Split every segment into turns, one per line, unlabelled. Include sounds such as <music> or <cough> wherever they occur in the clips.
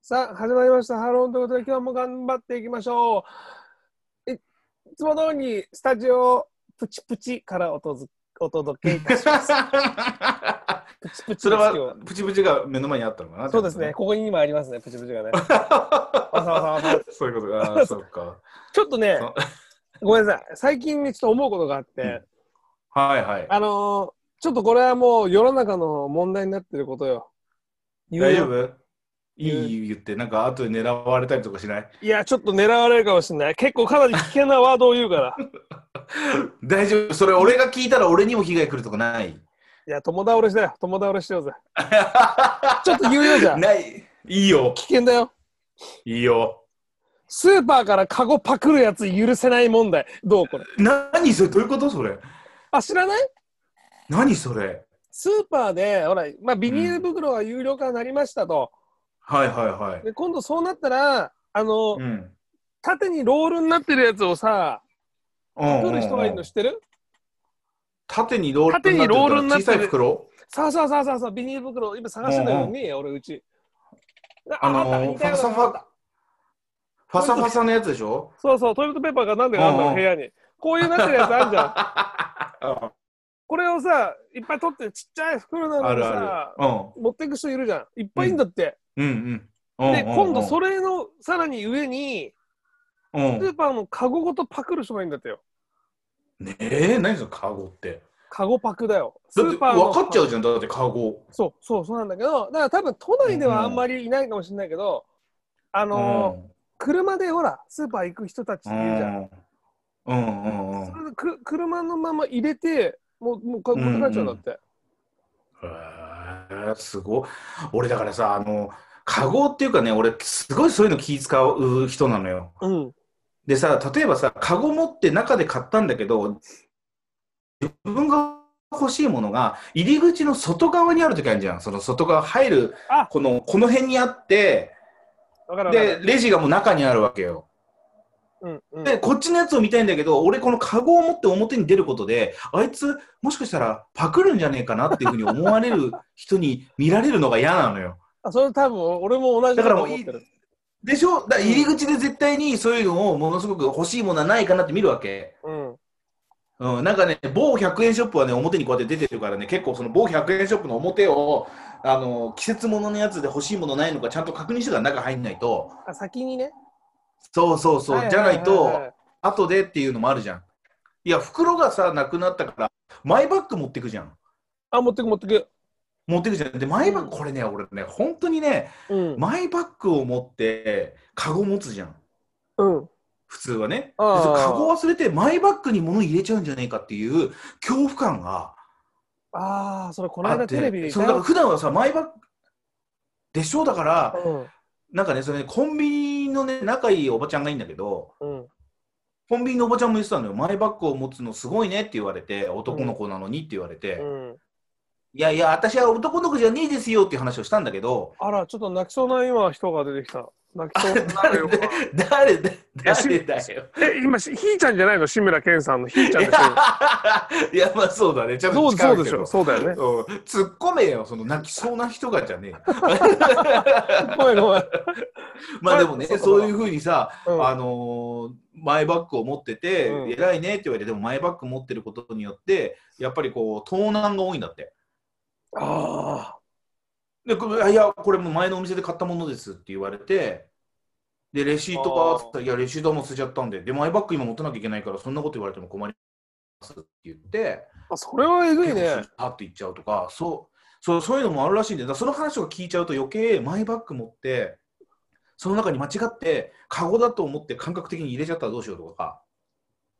さあ、始まりました。ハローンということで、今日も頑張っていきましょう。いいつも通り、スタジオプチプチからおとずお届けい
<laughs>
たします。プチプチ
そ
で
れ
す
は
よ。
プチプチが目の前にあったのかな
そうですね、。ここに今ありますね、プチプチ
<laughs>
がね。わざわざわざわざ
そういうことか。あーそっか。
ちょっとね
そう、
ごめんなさい、最近ね、ちょっと思うことがあって、
うんはいはい。
あのーちょっとこれはもう世の中の問題になってることよ。言う
大
よ
丈夫いい言って、なんか後で狙われたりとかしない <laughs>
いや、ちょっと狙われるかもしれない。結構かなり危険なワードを言う
<laughs>
から。
大丈夫それ俺が聞いたら俺にも被害来るとかない
いや、友倒れしだよ。友倒れし
<laughs>
ようぜ。ちょっと言うようじゃん。危
ない。いいよ。
険だよ。
いいよ。
スーパーからカゴパクるやつ許せない問題。どうこれ。
何それどういうことそれ
あ、知らない
何それ
スーパーで、ほら、まあ、ビニール袋は有料化になりましたと。
はいはいはい。
で、今度そうなったら、あの、
うん。
縦にロールになってるやつをさ、
うんうん
来
うん
る人がいるの知ってる
縦にロールになってる
縦にロールになってる
小さい袋
さあさあさあさあさあ、ビニール袋、今探してたのに、俺、うち。
あの
った
ー、
似
フ
たような
ァサファ、ファサファサのやつでしょ
そうそう、トイレットペーパーがなんでかあんだろ
うんう
う、
ん
部屋に。こういうなってるやつあるじゃん。
<laughs> あ
これをさ、いっぱい取って、ちっちゃい袋なのに
る
さ
あ、る。
持っていく人いるじゃん。いっぱいいんだって。
うん。うんうん。
で、今度そ
れ、
れのさらに上に、
う
ス
ん
ーパーのカゴごとパクる人がいるんだってよ。
ねえ、何そのカゴって。
カゴパクだよ。ス
だっ
ー
て分
パーの。
かっちゃうじゃん、だってカゴ。
そうそう、そうなんだけど、だから多分都内ではあんまりいないかもしれないけど、あ
う
のー、
ん。
車でほら、スーパー行く人たちいうるじゃん。
ん。うんうんうん。
それでく車のまま入れて、もう、もう、か持って帰っちゃうんだって。
へえすごい。俺だからさ、あの、カゴっていうかね、俺、すごいそういうの気使う人なのよ。
うん。
でさ、例えばさ、カゴ持って中で買ったんだけど、自分が欲しいものが入り口の外側にあるときあるじゃん。その外側入る
あ、
この、この辺にあって、
わかるわか
で、
る。
レジがもう中にあるわけよ。
うん、うん。
で、こっちのやつを見たいんだけど、俺このカゴを持って表に出ることで、あいつ、もしかしたらパクるんじゃねえかなっていうふうに思われる人に見られるのが嫌なのよ。
あ、それ多分、俺も同じ
だ
だと
からもう
思っ
いい
てる。
でしょだから入り口で絶対にそういうのをものすごく欲しいものはないかなって見るわけ。
うん。
うん、なんかね、某100円ショップはね、表にこうやって出てるからね、結構その某100円ショップの表を、あの、季節物のやつで欲しいものないのかちゃんと確認してから中入んないと、
あ、先にね。
そうそうそう、
はは
じゃ
はは
ないと、後でっていうのもあるじゃん。いや、袋がさ、なくなったから、マイバッグ持ってくじゃん。
あ、持ってく持ってく。
持ってくじゃん。で、マイバッ
うん
グ、これね、俺ね、本当にね、
うん。
マイバッグを持って、カゴ持つじゃん。
うん。
普通はね。で
あー
そのカゴ忘れて、マイバッグに物入れちゃうんじゃねえかっていう恐怖感が
ああ、それこの
あ
間
っ
テレビで
て、
見
そ
た
のだから
よ。
普段はさ、マイバッグでしょだから、
うん。
なんかね、それねコンビニのね、仲いいおばちゃんがいいんだけど、
うん。
コンビニのおばちゃんも言ってたのよ、マイバッグを持つのすごいねって言われて、男の子なのにって言われて、
うん。
いやいや、私は男の子じゃねえですよっていう話をしたんだけど、 <laughs>
あら、ちょっと泣きそうな今、人が出てきた。泣きそうな
誰
よ。
だ誰だ誰だよ。
え、今、しひーちゃんじゃないの志村けんさんのひーちゃんでし
いや、まあそうだね、ちゃん
ょ。そうそ
と
うで
け
しょ。
ど。
そうだ
<laughs>
よね。
うん、突っ込めよ、その泣きそうな人がじゃねえよ。
ごめんごめん。
まあでもね、
そうか
そういうふうにさ、
うん
あのーマイバッグを持ってて、
うん
偉いねって言われて、でもマイバッグ持ってることによって、やっぱりこう、盗難が多いんだって。
あ
でこれあいや、これもう前のお店で買ったものですって言われて、で、レシー
あ
ト
ー
がつったら、いや、レシートはもう捨てちゃったんで、で、マイバッグ今持たなきゃいけないから、そんなこと言われても困りますって言って、
あ。それはえぐいね。
パッと行っちゃうとか、そうそうそういうのもあるらしいんで、だからその話を聞いちゃうと余計マイバッグ持って、その中に間違って、カゴだと思って感覚的に入れちゃったらどうしようとか、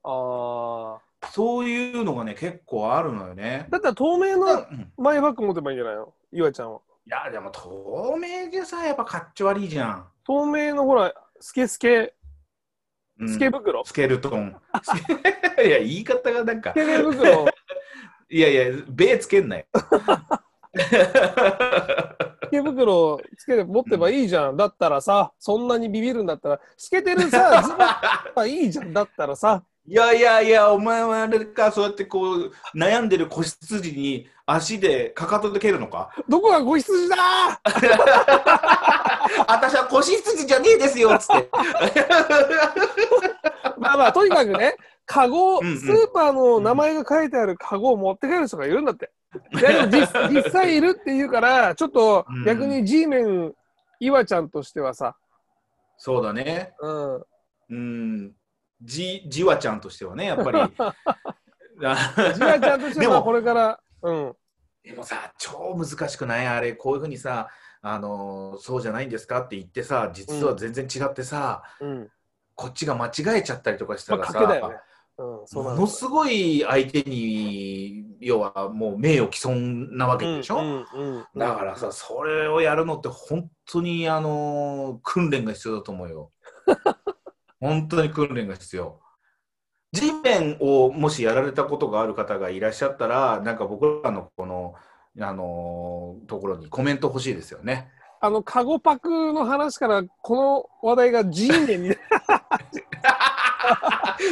ああ。
そういうのがね、結構あるのよね。
だったら透明の
うん
マイバッグ持てばいいんじゃないのゆあちゃんは。
いや、でも透明でさ、やっぱかっちょ悪いじゃん。
透明のほら、スケスケ、
うん
スケ袋。ス
スケルトン。 <laughs> いや、言い方がなんか、
ケベ袋。
いやいや、べつけんなよ。
手袋をつけて持ってばいいじゃん。だったらさ、そんなにビビるんだったら、透けてる
<laughs>
さ、ズボンばいいじゃん。だったらさ、
いやいやいや、お前はあれか、そうやってこう、悩んでる子羊に足でかかとで蹴るのか。
どこが子羊だー
私は子星羊じゃねえですよっつ <laughs> って。
まあまあ、とにかくね、カゴ、
うんうん
スーパーの名前が書いてあるカゴを持って帰る人がいるんだって。いやでも実実際いるっていうから、ちょっと
うん
逆に G メン、岩ちゃんとしてはさ、
そうだね。
うん、
うん。じ、じわちゃんとしてはね、やっぱり。 <laughs>
じわちゃんとして
で
は
も
これから、うん、
でもさ、超難しくないあれ、こういうふうにさ、あのーそうじゃないんですかって言ってさ、実は全然違ってさ、
うん、
こっちが間違えちゃったりとかした
まあ、
ら
賭
さ、
けだよね。うん、そうな
も
ん
の
だ
すごい相手に、要はもう名誉毀損なわけでしょ、
うんうんうん
だからさ、それをやるのって本当に、あのー訓練が必要だと思う <laughs> よ。本当に訓練が必要。地面をもしやられたことがある方がいらっしゃったら、なんか僕らのこの、あのーところにコメント欲しいですよね。
あの、カゴパクの話から、この話題が G メ
<laughs>
ンに、
<laughs>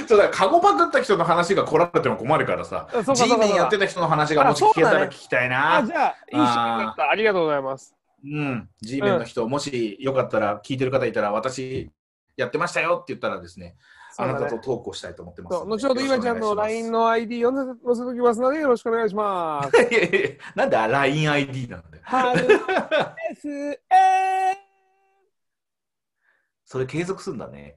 そうだ、カゴパクった人の話が来られても困るからさ、
そうかそうか
G メンやってた人の話がもし聞けたら聞きたい
あ、
な。
じゃあ、いい趣味だった。ありがとうございます。
うん、G メンの人、もしよかったら聞いてる方いたら、私やってましたよって言ったらですね、
そう
あ
だ
な
ね
たとトークをしたいと思ってます
そ
の
う
で。
後ほど、岩ちゃんの LINE
の。
の ID を載せ載せときますので、よろしくお願いします。
<laughs> いやいやいやなんで LINEID なんだよ。
はる S A。
それ継続するんだね。